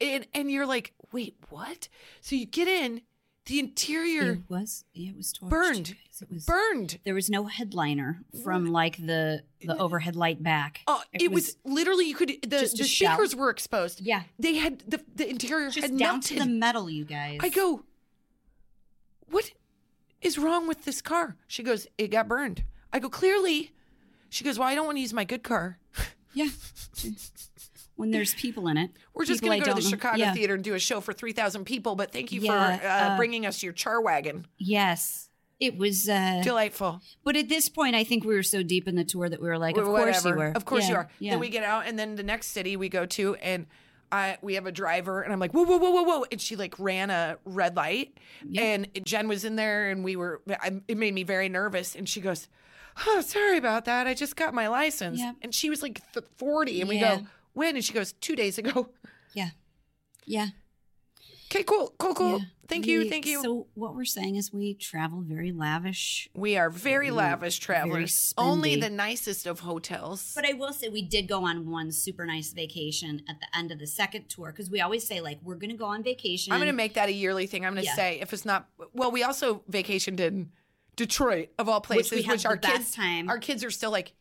S5: And and you're like, "Wait, what?" So you get in, the interior
S2: It was it was torched.
S5: Burned.
S2: guys. It was
S5: burned.
S2: There was no headliner from like the the overhead light back.
S5: Oh, it, was, literally you could the,
S2: just a
S5: the speakers
S2: shell.
S5: were exposed.
S2: Yeah.
S5: They had the the interior
S2: just
S5: had
S2: down
S5: melted.
S2: to the metal, you guys.
S5: I go, What is wrong with this car? She goes, It got burned. I go, Clearly. She goes, Well, I don't want to use my good car.
S2: Yeah. when there's people in it.
S5: We're just
S2: people
S5: going
S2: I
S5: to go to
S2: don't
S5: the
S2: know-
S5: Chicago
S2: yeah.
S5: Theater and do a show for 3,000 people, but thank you for
S2: Yeah,
S5: uh,
S2: uh,
S5: bringing us your char wagon.
S2: Yes. It was uh
S5: Delightful.
S2: but at this point I think we were so deep in the tour that we were like, Of
S5: Or
S2: course you
S5: whatever.
S2: were.
S5: Of course
S2: Yeah,
S5: you are.
S2: Yeah.
S5: Then we get out, and then the next city we go to, and I we have a driver, and I'm like, whoa, whoa, whoa, whoa, whoa, and she like ran a red light, and Jen was in there, and we were. I, it made me very nervous, and she goes, "Oh, sorry about that. I just got my license,"
S2: Yep.
S5: and she was like th- 40, and
S2: Yeah.
S5: we go, "When?" and she goes, two days ago."
S2: yeah. Yeah.
S5: Okay, cool, cool, cool.
S2: yeah.
S5: Thank you,
S2: We-
S5: thank you.
S2: So what we're saying is we travel very lavish.
S5: we are very lavish travelers. Only
S2: spendy.
S5: the nicest of hotels.
S2: But I will say we did go on one super nice vacation at the end of the second tour because we always say like we're gonna go on vacation.
S5: I'm going to make that a yearly thing. I'm going to
S2: Yeah.
S5: say if it's not well, we also vacationed in Detroit of all
S2: we
S5: places, which,
S2: had the
S5: our
S2: best
S5: kids
S2: time.
S5: our kids are still like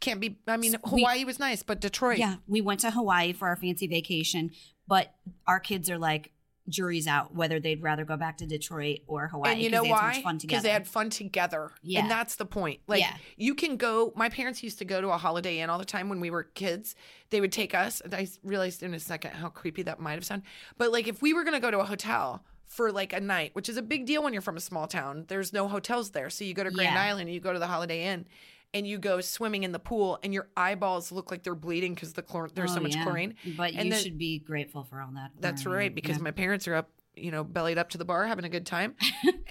S5: can't be. I mean,
S2: We-
S5: Hawaii was nice, but Detroit.
S2: Yeah, we went to Hawaii for our fancy vacation, but our kids are like, juries out whether they'd rather go back to Detroit or Hawaii.
S5: and you
S2: 'cause
S5: know
S2: they had so much
S5: why?
S2: fun
S5: Because they
S2: together.
S5: had fun together.
S2: Yeah.
S5: And that's the point. Like
S2: Yeah.
S5: you can go. My parents used to go to a Holiday Inn all the time when we were kids. They would take us. And I s- realized in a second how creepy that might have sounded. But like if we were going to go to a hotel for like a night, which is a big deal when you're from a small town, there's no hotels there. So you go to Grand
S2: Yeah.
S5: Island, you go to the Holiday Inn, and you go swimming in the pool, and your eyeballs look like they're bleeding because the chlor- there's so
S2: Oh,
S5: much
S2: yeah.
S5: chlorine.
S2: But
S5: And
S2: you
S5: then-
S2: should be grateful for all that.
S5: That's
S2: learning.
S5: right, because
S2: Um, Yeah.
S5: my parents are up, you know, bellied up to the bar having a good time.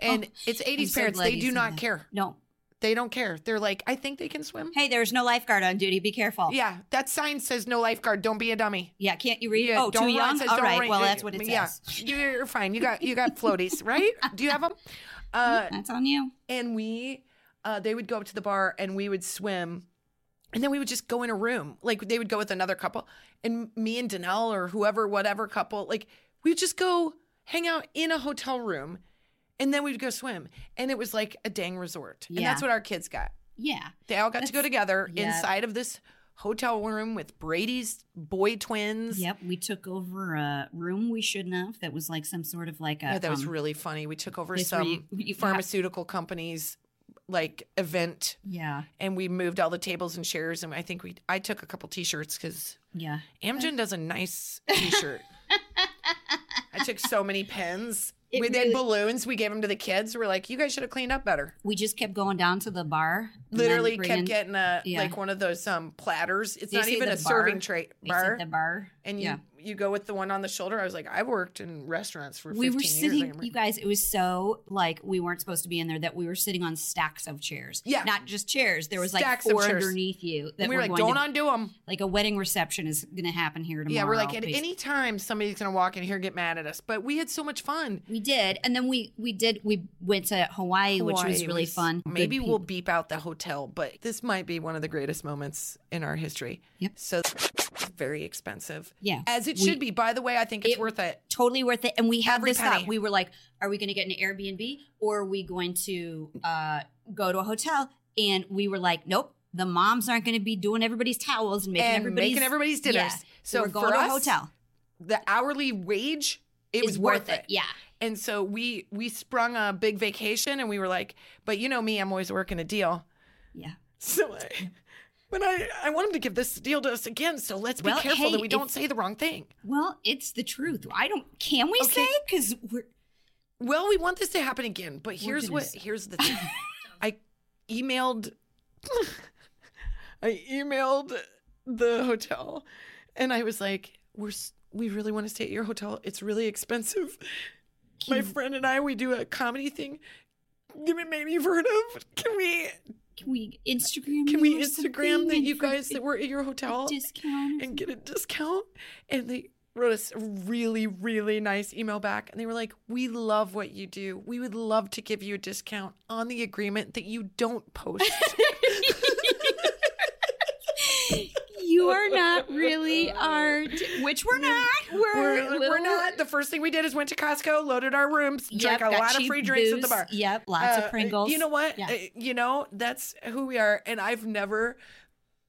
S5: And it's 80s
S2: so
S5: parents.
S2: glad
S5: They
S2: you
S5: do
S2: said
S5: not
S2: that.
S5: care.
S2: no.
S5: They don't care. They're like, I think they can swim.
S2: Hey, there's no lifeguard on duty. Be careful.
S5: Yeah, that sign says no lifeguard. Don't be a dummy.
S2: Yeah, can't you read? it?
S5: Yeah,
S2: oh,
S5: don't
S2: too
S5: run,
S2: young.
S5: says
S2: All
S5: don't
S2: right.
S5: run.
S2: Well, that's what it
S5: Yeah,
S2: says.
S5: you're you're fine. You got you got floaties, right? Do you have them? Uh,
S2: That's on you.
S5: and we uh, they would go up to the bar and we would swim and then we would just go in a room like they would go with another couple and me and danelle or whoever whatever couple like we would just go hang out in a hotel room and then we'd go swim and it was like a dang resort and that's
S2: Yeah.
S5: what our kids got
S2: Yeah.
S5: they all got to go
S2: That's-
S5: together
S2: yeah.
S5: inside of this hotel room with brady's boy twins
S2: Yep. We took over a room we shouldn't have. That was like some sort of like a.
S5: Yeah, that was
S2: um,
S5: really funny we took over
S2: place where
S5: some
S2: you- you have-
S5: pharmaceutical companies like event
S2: Yeah.
S5: and we moved all the tables and chairs and i think we i took a couple t-shirts because
S2: Yeah.
S5: amgen does a nice t-shirt i took so many pens
S2: It
S5: we
S2: really-
S5: did balloons we gave them to the kids we're like you guys should have cleaned up better
S2: We just kept going down to the bar. and then
S5: literally
S2: bringing-
S5: kept getting a
S2: yeah.
S5: like one of those um platters it's
S2: They
S5: not
S2: say
S5: even a
S2: the
S5: serving
S2: bar.
S5: tray
S2: They said
S5: bar
S2: the bar.
S5: and you
S2: yeah.
S5: you go with the one on the shoulder i was like i worked in restaurants for 15
S2: we were sitting
S5: years. I
S2: you guys it was so like we weren't supposed to be in there that we were sitting on stacks of chairs
S5: Yeah.
S2: not just chairs there was
S5: Stacks of
S2: like four
S5: chairs.
S2: underneath you that
S5: and we were like
S2: going
S5: don't
S2: to,
S5: undo them
S2: like a wedding reception is gonna happen here tomorrow
S5: yeah we're like at
S2: basically.
S5: any time somebody's gonna walk in here and get mad at us but we had so much fun
S2: we did and then we we did we went to hawaii, which was
S5: Hawaii
S2: really
S5: was-
S2: fun Good
S5: Maybe we'll
S2: people.
S5: beep out the hotel, but this might be one of the greatest moments in our history.
S2: Yep.
S5: So it's very expensive.
S2: Yeah.
S5: As it
S2: We-
S5: should be. By the way, I think it's
S2: It-
S5: worth it.
S2: totally worth it and we had
S5: Every
S2: this thought
S5: penny.
S2: we were like are we gonna get an airbnb or are we going to uh go to a hotel and we were like nope the moms aren't going to be doing everybody's towels and making
S5: And
S2: everybody's
S5: making everybody's dinners.
S2: Yeah.
S5: So
S2: we're going
S5: for
S2: to a
S5: us,
S2: hotel.
S5: The hourly wage, it
S2: It's
S5: was worth it.
S2: Yeah.
S5: And so we we sprung a big vacation and we were like, but you know me, I'm always working a deal.
S2: Yeah.
S5: So I when I, I want him to give this deal to us again, so let's be
S2: Well,
S5: careful
S2: hey,
S5: that we
S2: if-
S5: don't say the wrong thing.
S2: Well, it's the truth. I don't. Can we
S5: Okay.
S2: say? Because we're.
S5: Well, we want this to happen again, but
S2: We're
S5: here's
S2: gonna
S5: what
S2: s-
S5: here's the thing. I emailed I emailed the hotel and I was like, "We're s- we really want to stay at your hotel. It's really expensive. My friend and I we do a comedy thing. Give me maybe you've heard of. Can we
S2: Can we Instagram?
S5: can
S2: you
S5: we
S2: or
S5: Instagram
S2: something
S5: that
S2: and
S5: you
S2: for
S5: guys that were at your hotel
S2: discount?
S5: and get a discount. And they wrote us a really, really nice email back. And they were like, We love what you do. We would love to give you a discount on the agreement that you don't post.
S2: you are not really art, which we're not. We're
S5: we're, we're
S2: we're-
S5: not. The first thing we did is went to Costco, loaded our rooms,
S2: Yep,
S5: drank a
S2: got
S5: lot of
S2: cheap
S5: free drinks at the
S2: booze.
S5: bar.
S2: Yep, lots
S5: Uh,
S2: of Pringles.
S5: You know what?
S2: Yeah.
S5: Uh, you know, that's who we are. And I've never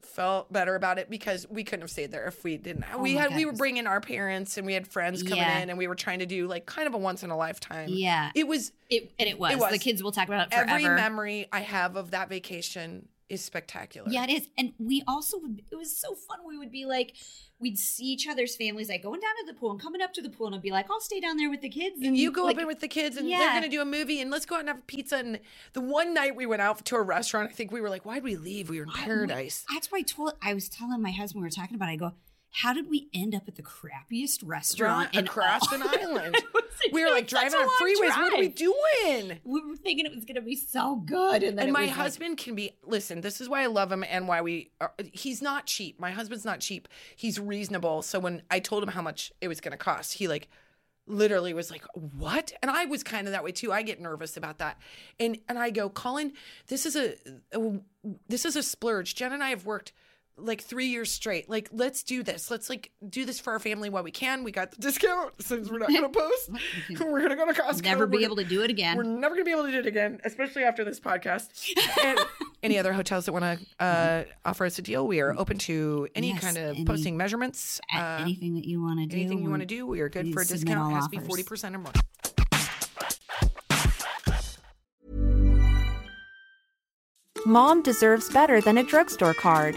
S5: felt better about it because we couldn't have stayed there if we didn't. we
S2: Oh my
S5: had, we
S2: God.
S5: were bringing our parents and we had friends coming
S2: Yeah.
S5: in and we were trying to do like kind of a once in a lifetime.
S2: Yeah.
S5: It was
S2: It, and it was.
S5: It was.
S2: The kids will talk about it forever.
S5: every memory I have of that vacation is spectacular.
S2: Yeah, it is. And we also would, it was so fun. We would be like, we'd see each other's families like going down to the pool and coming up to the pool and I'd be like, I'll stay down there with the kids.
S5: And you go
S2: like,
S5: up in with the kids, and they're
S2: Yeah.
S5: going to do a movie, and let's go out and have pizza. And the one night we went out to a restaurant, I think we were like, "Why'd we leave? We were in paradise."
S2: That's why I told, I was telling my husband, we were talking about it, I go, how did we end up at the crappiest restaurant in
S5: across
S2: all-"
S5: an island.
S2: It was-
S5: we
S2: it
S5: were
S2: was
S5: like
S2: such
S5: driving
S2: a
S5: on
S2: long
S5: freeways. What are we
S2: drive.
S5: doing?
S2: We were thinking it was going to be so good. And
S5: And
S2: then it
S5: my
S2: was like-
S5: husband can be listen. This is why I love him and why we are, he's not cheap. My husband's not cheap. He's reasonable. So when I told him how much it was going to cost, he like literally was like, "What?" And I was kind of that way too. I get nervous about that. And and I go, "Colin, this is a, a this is a splurge. Jen and I have worked like three years straight. Like, let's do this. Let's like do this for our family while we can. We got the discount since we're not going to post. we're going to go to Costco.
S2: never
S5: We're
S2: be
S5: gonna-
S2: able to do it again.
S5: we're never going to be able to do it again, especially after this podcast. And, any other hotels that want to uh, offer us a deal, we are open to any
S2: Mm-hmm. Yes,
S5: kind of
S2: any-
S5: posting measurements.
S2: A-
S5: uh,
S2: anything that you want to do.
S5: anything you
S2: we-
S5: want to do, we are good
S2: we
S5: for a
S2: submit
S5: discount.
S2: all
S5: It has to be
S2: offers.
S5: forty percent or more.
S6: Mom deserves better than a drugstore card.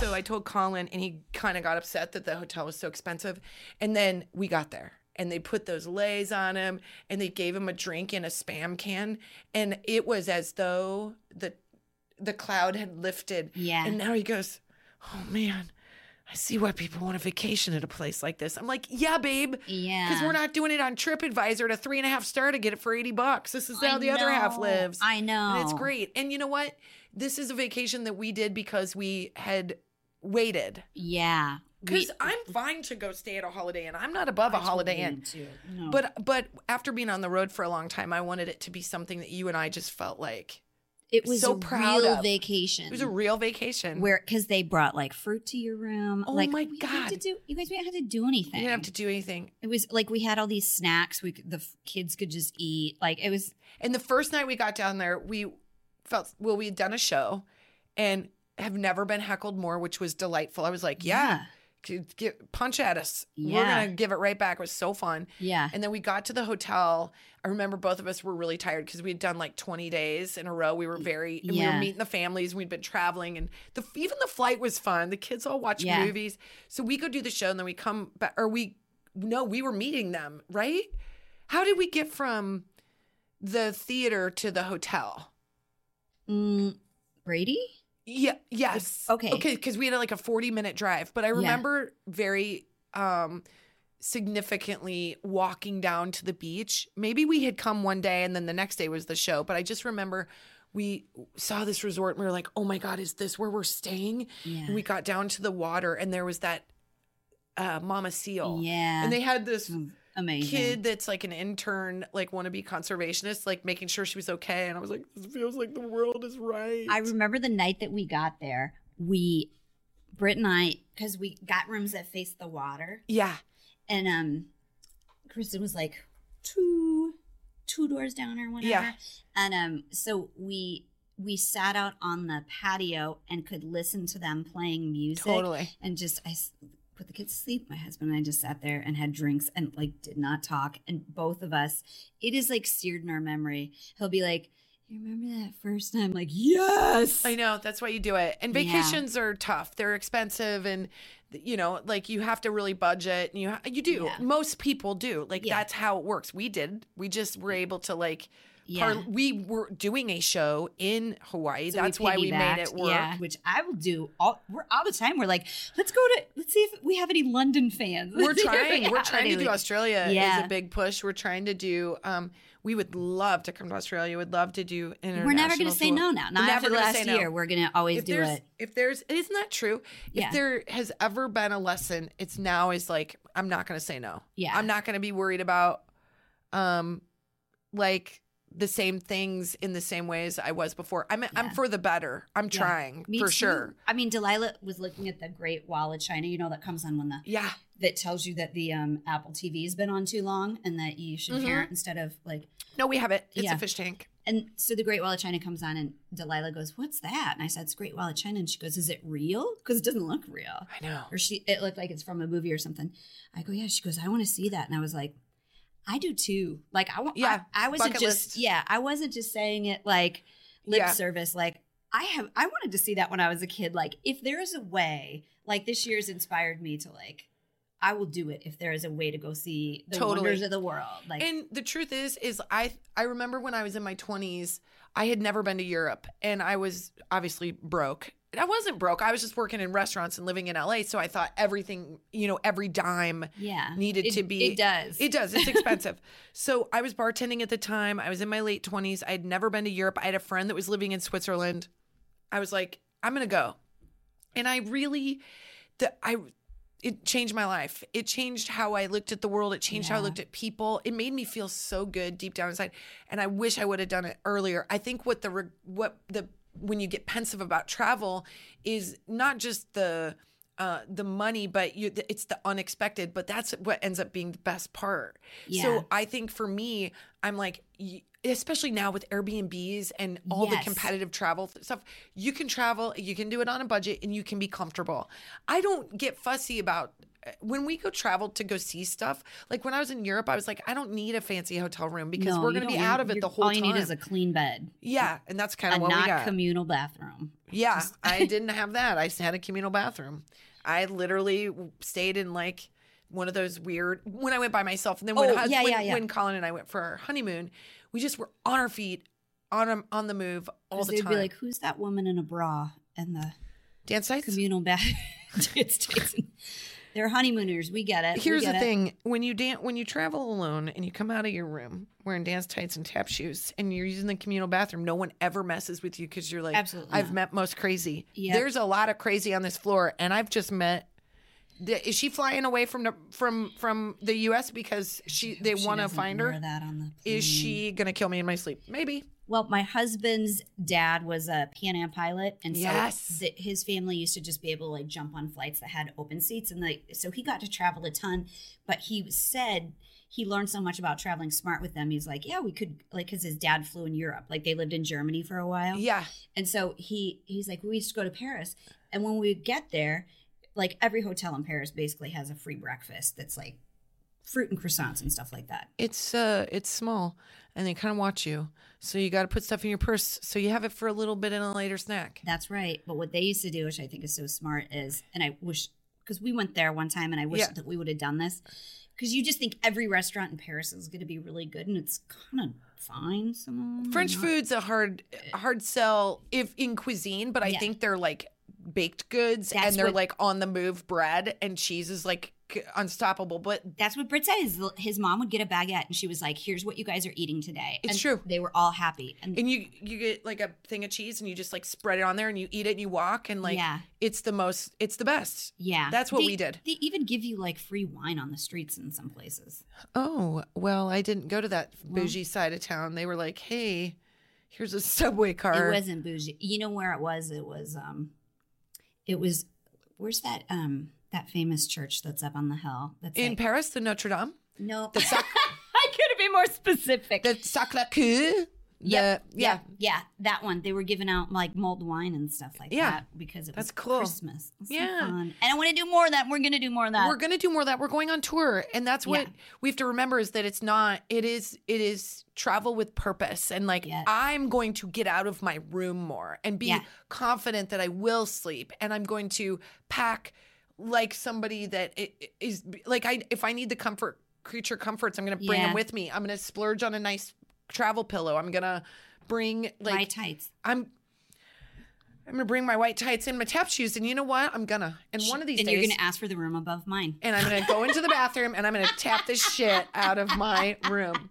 S5: So I told Colin, and he kind of got upset that the hotel was so expensive. And then we got there, and they put those lays on him, and they gave him a drink in a spam can, and it was as though the the cloud had lifted.
S2: Yeah.
S5: And now he goes, "Oh man, I see why people want a vacation at a place like this." I'm like, "Yeah, babe."
S2: Yeah.
S5: Because we're not doing it on TripAdvisor to three and a half star to get it for 80 bucks. This is
S2: I
S5: how the other half
S2: know.
S5: lives.
S2: I know.
S5: And it's great. And you know what? This is a vacation that we did because we had waited.
S2: Yeah.
S5: Because I'm fine to go stay at a holiday inn. I'm not above a holiday inn.
S2: Too. No.
S5: But but after being on the road for a long time, I wanted it to be something that you and I just felt like
S2: it was
S5: so
S2: a
S5: proud
S2: real
S5: of.
S2: vacation.
S5: it was a real vacation.
S2: where because they brought like fruit to your room.
S5: Oh
S2: like,
S5: my
S2: we didn't have to
S5: God.
S2: do you guys we didn't have to do anything.
S5: you didn't have to do anything.
S2: it was like we had all these snacks. We could- the f- kids could just eat. Like it was
S5: And the first night we got down there, we felt well, we had done a show and have never been heckled more, which was delightful. I was like, yeah, could get punch at us. We're
S2: Yeah.
S5: gonna give it right back. It was so fun.
S2: yeah.
S5: And then we got to the hotel. I remember both of us were really tired because we had done like 20 days in a row. We were very, and we were
S2: Yeah.
S5: meeting the families. We'd been traveling, and the even the flight was fun. The kids all watched
S2: Yeah.
S5: movies. So we go do the show, and then we come back, or we, no, we were meeting them, right? How did we get from the theater to the hotel?
S2: Mm, Brady?
S5: Yeah. Yes.
S2: okay.
S5: Okay. Because we had like a forty-minute drive, but I remember very um significantly walking down to the beach. Maybe we had come one day, and then the next day was the show. But I just remember we saw this resort, and we were like, "Oh my god, is this where we're staying?"
S2: Yeah.
S5: And we got down to the water, and there was that uh, Mama Seal.
S2: Yeah.
S5: And they had this
S2: Mm, Amazing.
S5: kid that's like an intern, like wannabe conservationist, like making sure she was okay. And I was like, "This feels like the world is right."
S2: I remember the night that we got there, we Britt and I because we got rooms that faced the water.
S5: yeah.
S2: And um Kristen was like two two doors down or whatever.
S5: Yeah.
S2: And um so we we sat out on the patio and could listen to them playing music.
S5: Totally.
S2: And just I s- put the kids to sleep. My husband and I just sat there and had drinks and like did not talk. And both of us, it is like seared in our memory. He'll be like, You remember that first time? Like, yes.
S5: I know that's why you do it. And
S2: Yeah.
S5: vacations are tough. They're expensive, and you know, like you have to really budget. And you ha- you do.
S2: Yeah.
S5: Most people do. Like
S2: Yeah.
S5: that's how it works. We did. We just were able to like.
S2: Yeah.
S5: par- we were doing a show in Hawaii.
S2: So
S5: that's why we made
S2: piggybacked,
S5: it work.
S2: yeah, which I will do all we're all the time. We're like, let's go to let's see if we have any London fans.
S5: We're
S2: Let's see if
S5: trying.
S2: we
S5: We're
S2: have
S5: trying to
S2: any.
S5: do Australia is
S2: Yeah.
S5: a big push. We're trying to do. Um, we would love to come to Australia. Would love to do. International
S2: We're never going to say
S5: tour.
S2: no now. Not
S5: Never
S2: after the
S5: gonna
S2: last
S5: say no.
S2: year. We're going to always
S5: if
S2: do
S5: there's,
S2: it.
S5: If there's, isn't that true?
S2: Yeah.
S5: If there has ever been a lesson, it's now is like I'm not going to say no.
S2: Yeah.
S5: I'm not going to be worried about, um, like the same things in the same ways I was before. I'm I'm
S2: Yeah.
S5: for the better. I'm
S2: Yeah.
S5: trying
S2: Me
S5: for
S2: too.
S5: sure.
S2: I mean, Delilah was looking at the Great Wall of China. You know that comes on when the
S5: Yeah.
S2: that tells you that the um, Apple TV has been on too long and that you should hear
S5: Mm-hmm.
S2: it instead of like.
S5: No, we have it. It's
S2: Yeah.
S5: a fish tank.
S2: And so the Great Wall of China comes on, and Delilah goes, "What's that?" And I said, "It's Great Wall of China." And she goes, "Is it real? Because it doesn't look real."
S5: I know.
S2: or she it looked like it's from a movie or something. I go, yeah. She goes, I want to see that, and I was like, I do too. Like I want,
S5: Yeah,
S2: yeah. I, wasn't
S5: bucket
S2: just,
S5: list.
S2: yeah, I wasn't just saying it like lip
S5: Yeah.
S2: service. Like I have, I wanted to see that when I was a kid. Like if there is a way, like this year's inspired me to like, I will do it if there is a way to go see the
S5: Totally.
S2: wonders of the world. Like
S5: and the truth is is i i remember when i was in my 20s i had never been to europe and i was obviously broke I wasn't broke. I was just working in restaurants and living in LA. So I thought everything, you know, every dime
S2: Yeah.
S5: needed
S2: It-
S5: to be.
S2: It does.
S5: It does. It's expensive. so I was bartending at the time. I was in my late 20s. I had never been to Europe. I had a friend that was living in Switzerland. I was like, I'm going to go. And I really, the, I, it changed my life. It changed how I looked at the world. It changed how I
S2: Yeah.
S5: looked at people. It made me feel so good deep down inside. And I wish I would have done it earlier. I think what the, re- what the, when you get pensive about travel is not just the, uh, the money, but you, the- it's the unexpected. But that's what ends up being the best part.
S2: Yeah.
S5: So I think for me, I'm like, y- especially now with Airbnbs and all the
S2: Yes.
S5: competitive travel th- stuff, you can travel, you can do it on a budget, and you can be comfortable. I don't get fussy about uh, when we go travel to go see stuff. Like when I was in Europe, I was like, I don't need a fancy hotel room because
S2: No,
S5: we're
S2: you
S5: going to
S2: don't
S5: be
S2: need-
S5: out of it
S2: you're-
S5: the whole
S2: All
S5: time.
S2: you need is a clean bed,
S5: yeah, and that's kind
S2: a
S5: of what we
S2: not
S5: got.
S2: communal bathroom.
S5: Yeah, I didn't have that. I had a communal bathroom. I literally stayed in like one of those weird when I went by myself, and then when
S2: Oh,
S5: hus-
S2: yeah,
S5: when,
S2: yeah, yeah.
S5: when Colin and I went for our honeymoon, we just were on our feet, on a- on the move all
S2: 'Cause
S5: the
S2: they'd
S5: time.
S2: be like, "Who's that woman in a bra and the
S5: Dance sites.
S2: communal bathroom?" it's Jason. They're honeymooners. We get it. We
S5: Here's
S2: get
S5: the
S2: it.
S5: thing: when you dance, when you travel alone, and you come out of your room wearing dance tights and tap shoes, and you're using the communal bathroom, no one ever messes with you because you're like,
S2: Absolutely
S5: I've
S2: not.
S5: met most crazy.
S2: Yep.
S5: There's a lot of crazy on this floor, and I've just met. the- Is she flying away from the, from from the U.S. because she they
S2: She
S5: want to
S2: doesn't
S5: find
S2: wear
S5: her?
S2: That Mm. on the
S5: Is
S2: plane.
S5: she gonna kill me in my sleep? Maybe.
S2: Well, my husband's dad was a Pan Am pilot, and so
S5: Yes.
S2: th- his family used to just be able to like jump on flights that had open seats, and like so he got to travel a ton. But he said he learned so much about traveling smart with them. He's like, yeah, we could like because his dad flew in Europe, like they lived in Germany for a while,
S5: Yeah.
S2: and so he he's like, we used to go to Paris, and when we would get there, like every hotel in Paris basically has a free breakfast that's like fruit and croissants and stuff like that.
S5: It's uh it's small, and they kind of watch you, so you got to put stuff in your purse so you have it for a little bit in a later snack.
S2: That's right. But what they used to do, which I think is so smart, is, and I wish, because we went there one time and I wish
S5: Yeah.
S2: that we would have done this, because you just think every restaurant in Paris is going to be really good and it's kind of fine. Some
S5: French food's a hard a hard sell if in cuisine, but I
S2: Yeah.
S5: think they're like baked goods
S2: That's
S5: and they're
S2: what-
S5: like on the move bread and cheese is like c- unstoppable. But
S2: That's what Britt says. His mom would get a baguette and she was like, here's what you guys are eating today.
S5: It's
S2: And
S5: true.
S2: They were all happy. And,
S5: and you you get like a thing of cheese and you just like spread it on there and you eat it and you walk and like
S2: Yeah.
S5: it's the most it's the best.
S2: yeah.
S5: That's what
S2: They-
S5: we did.
S2: They even give you like free wine on the streets in some places.
S5: Oh, well, I didn't go to that bougie side of town. They were like, "Hey, here's a subway car."
S2: it wasn't bougie. You know where it was? It was um it was where's that um that famous church that's up on the hill? That's
S5: in
S2: like-
S5: Paris, the Notre Dame,
S2: No.
S5: the Sac-
S2: I could have been more specific.
S5: the Sacre-Cœur.
S2: Yep,
S5: the- yeah.
S2: yep, yeah, that one. They were giving out like mulled wine and stuff like
S5: Yeah.
S2: that because it was
S5: That's cool.
S2: Christmas. It was so
S5: Yeah.
S2: fun. and I want to do more of that. We're gonna do more of that.
S5: We're going to do more of that. We're going on tour, and that's what
S2: Yeah.
S5: we have to remember is that it's not. It is. It is travel with purpose, and like
S2: Yes.
S5: I'm going to get out of my room more and be
S2: Yeah.
S5: confident that I will sleep, and I'm going to pack like somebody that i- i- is like I. If I need the comfort creature comforts, I'm going to bring
S2: Yeah.
S5: them with me. I'm going to splurge on a nice travel pillow. I'm going to bring like
S2: my tights.
S5: I'm. I'm gonna bring my white tights and my tap shoes, and you know what? I'm gonna. And one of these
S2: and
S5: days,
S2: you're gonna ask for the room above mine.
S5: and I'm gonna go into the bathroom and I'm gonna tap the shit out of my room.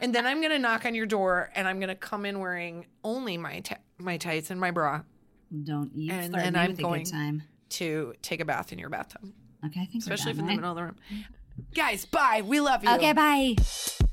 S5: And then I'm gonna knock on your door and I'm gonna come in wearing only my t- my tights and my bra
S2: Don't you
S5: And
S2: start
S5: then
S2: me
S5: I'm
S2: with
S5: going-
S2: a good time.
S5: to take a bath in your bathtub,
S2: Okay, I think
S5: especially if
S2: we're
S5: in
S2: done,
S5: the
S2: right?
S5: middle of the room. Guys, bye. We love you.
S2: Okay, bye.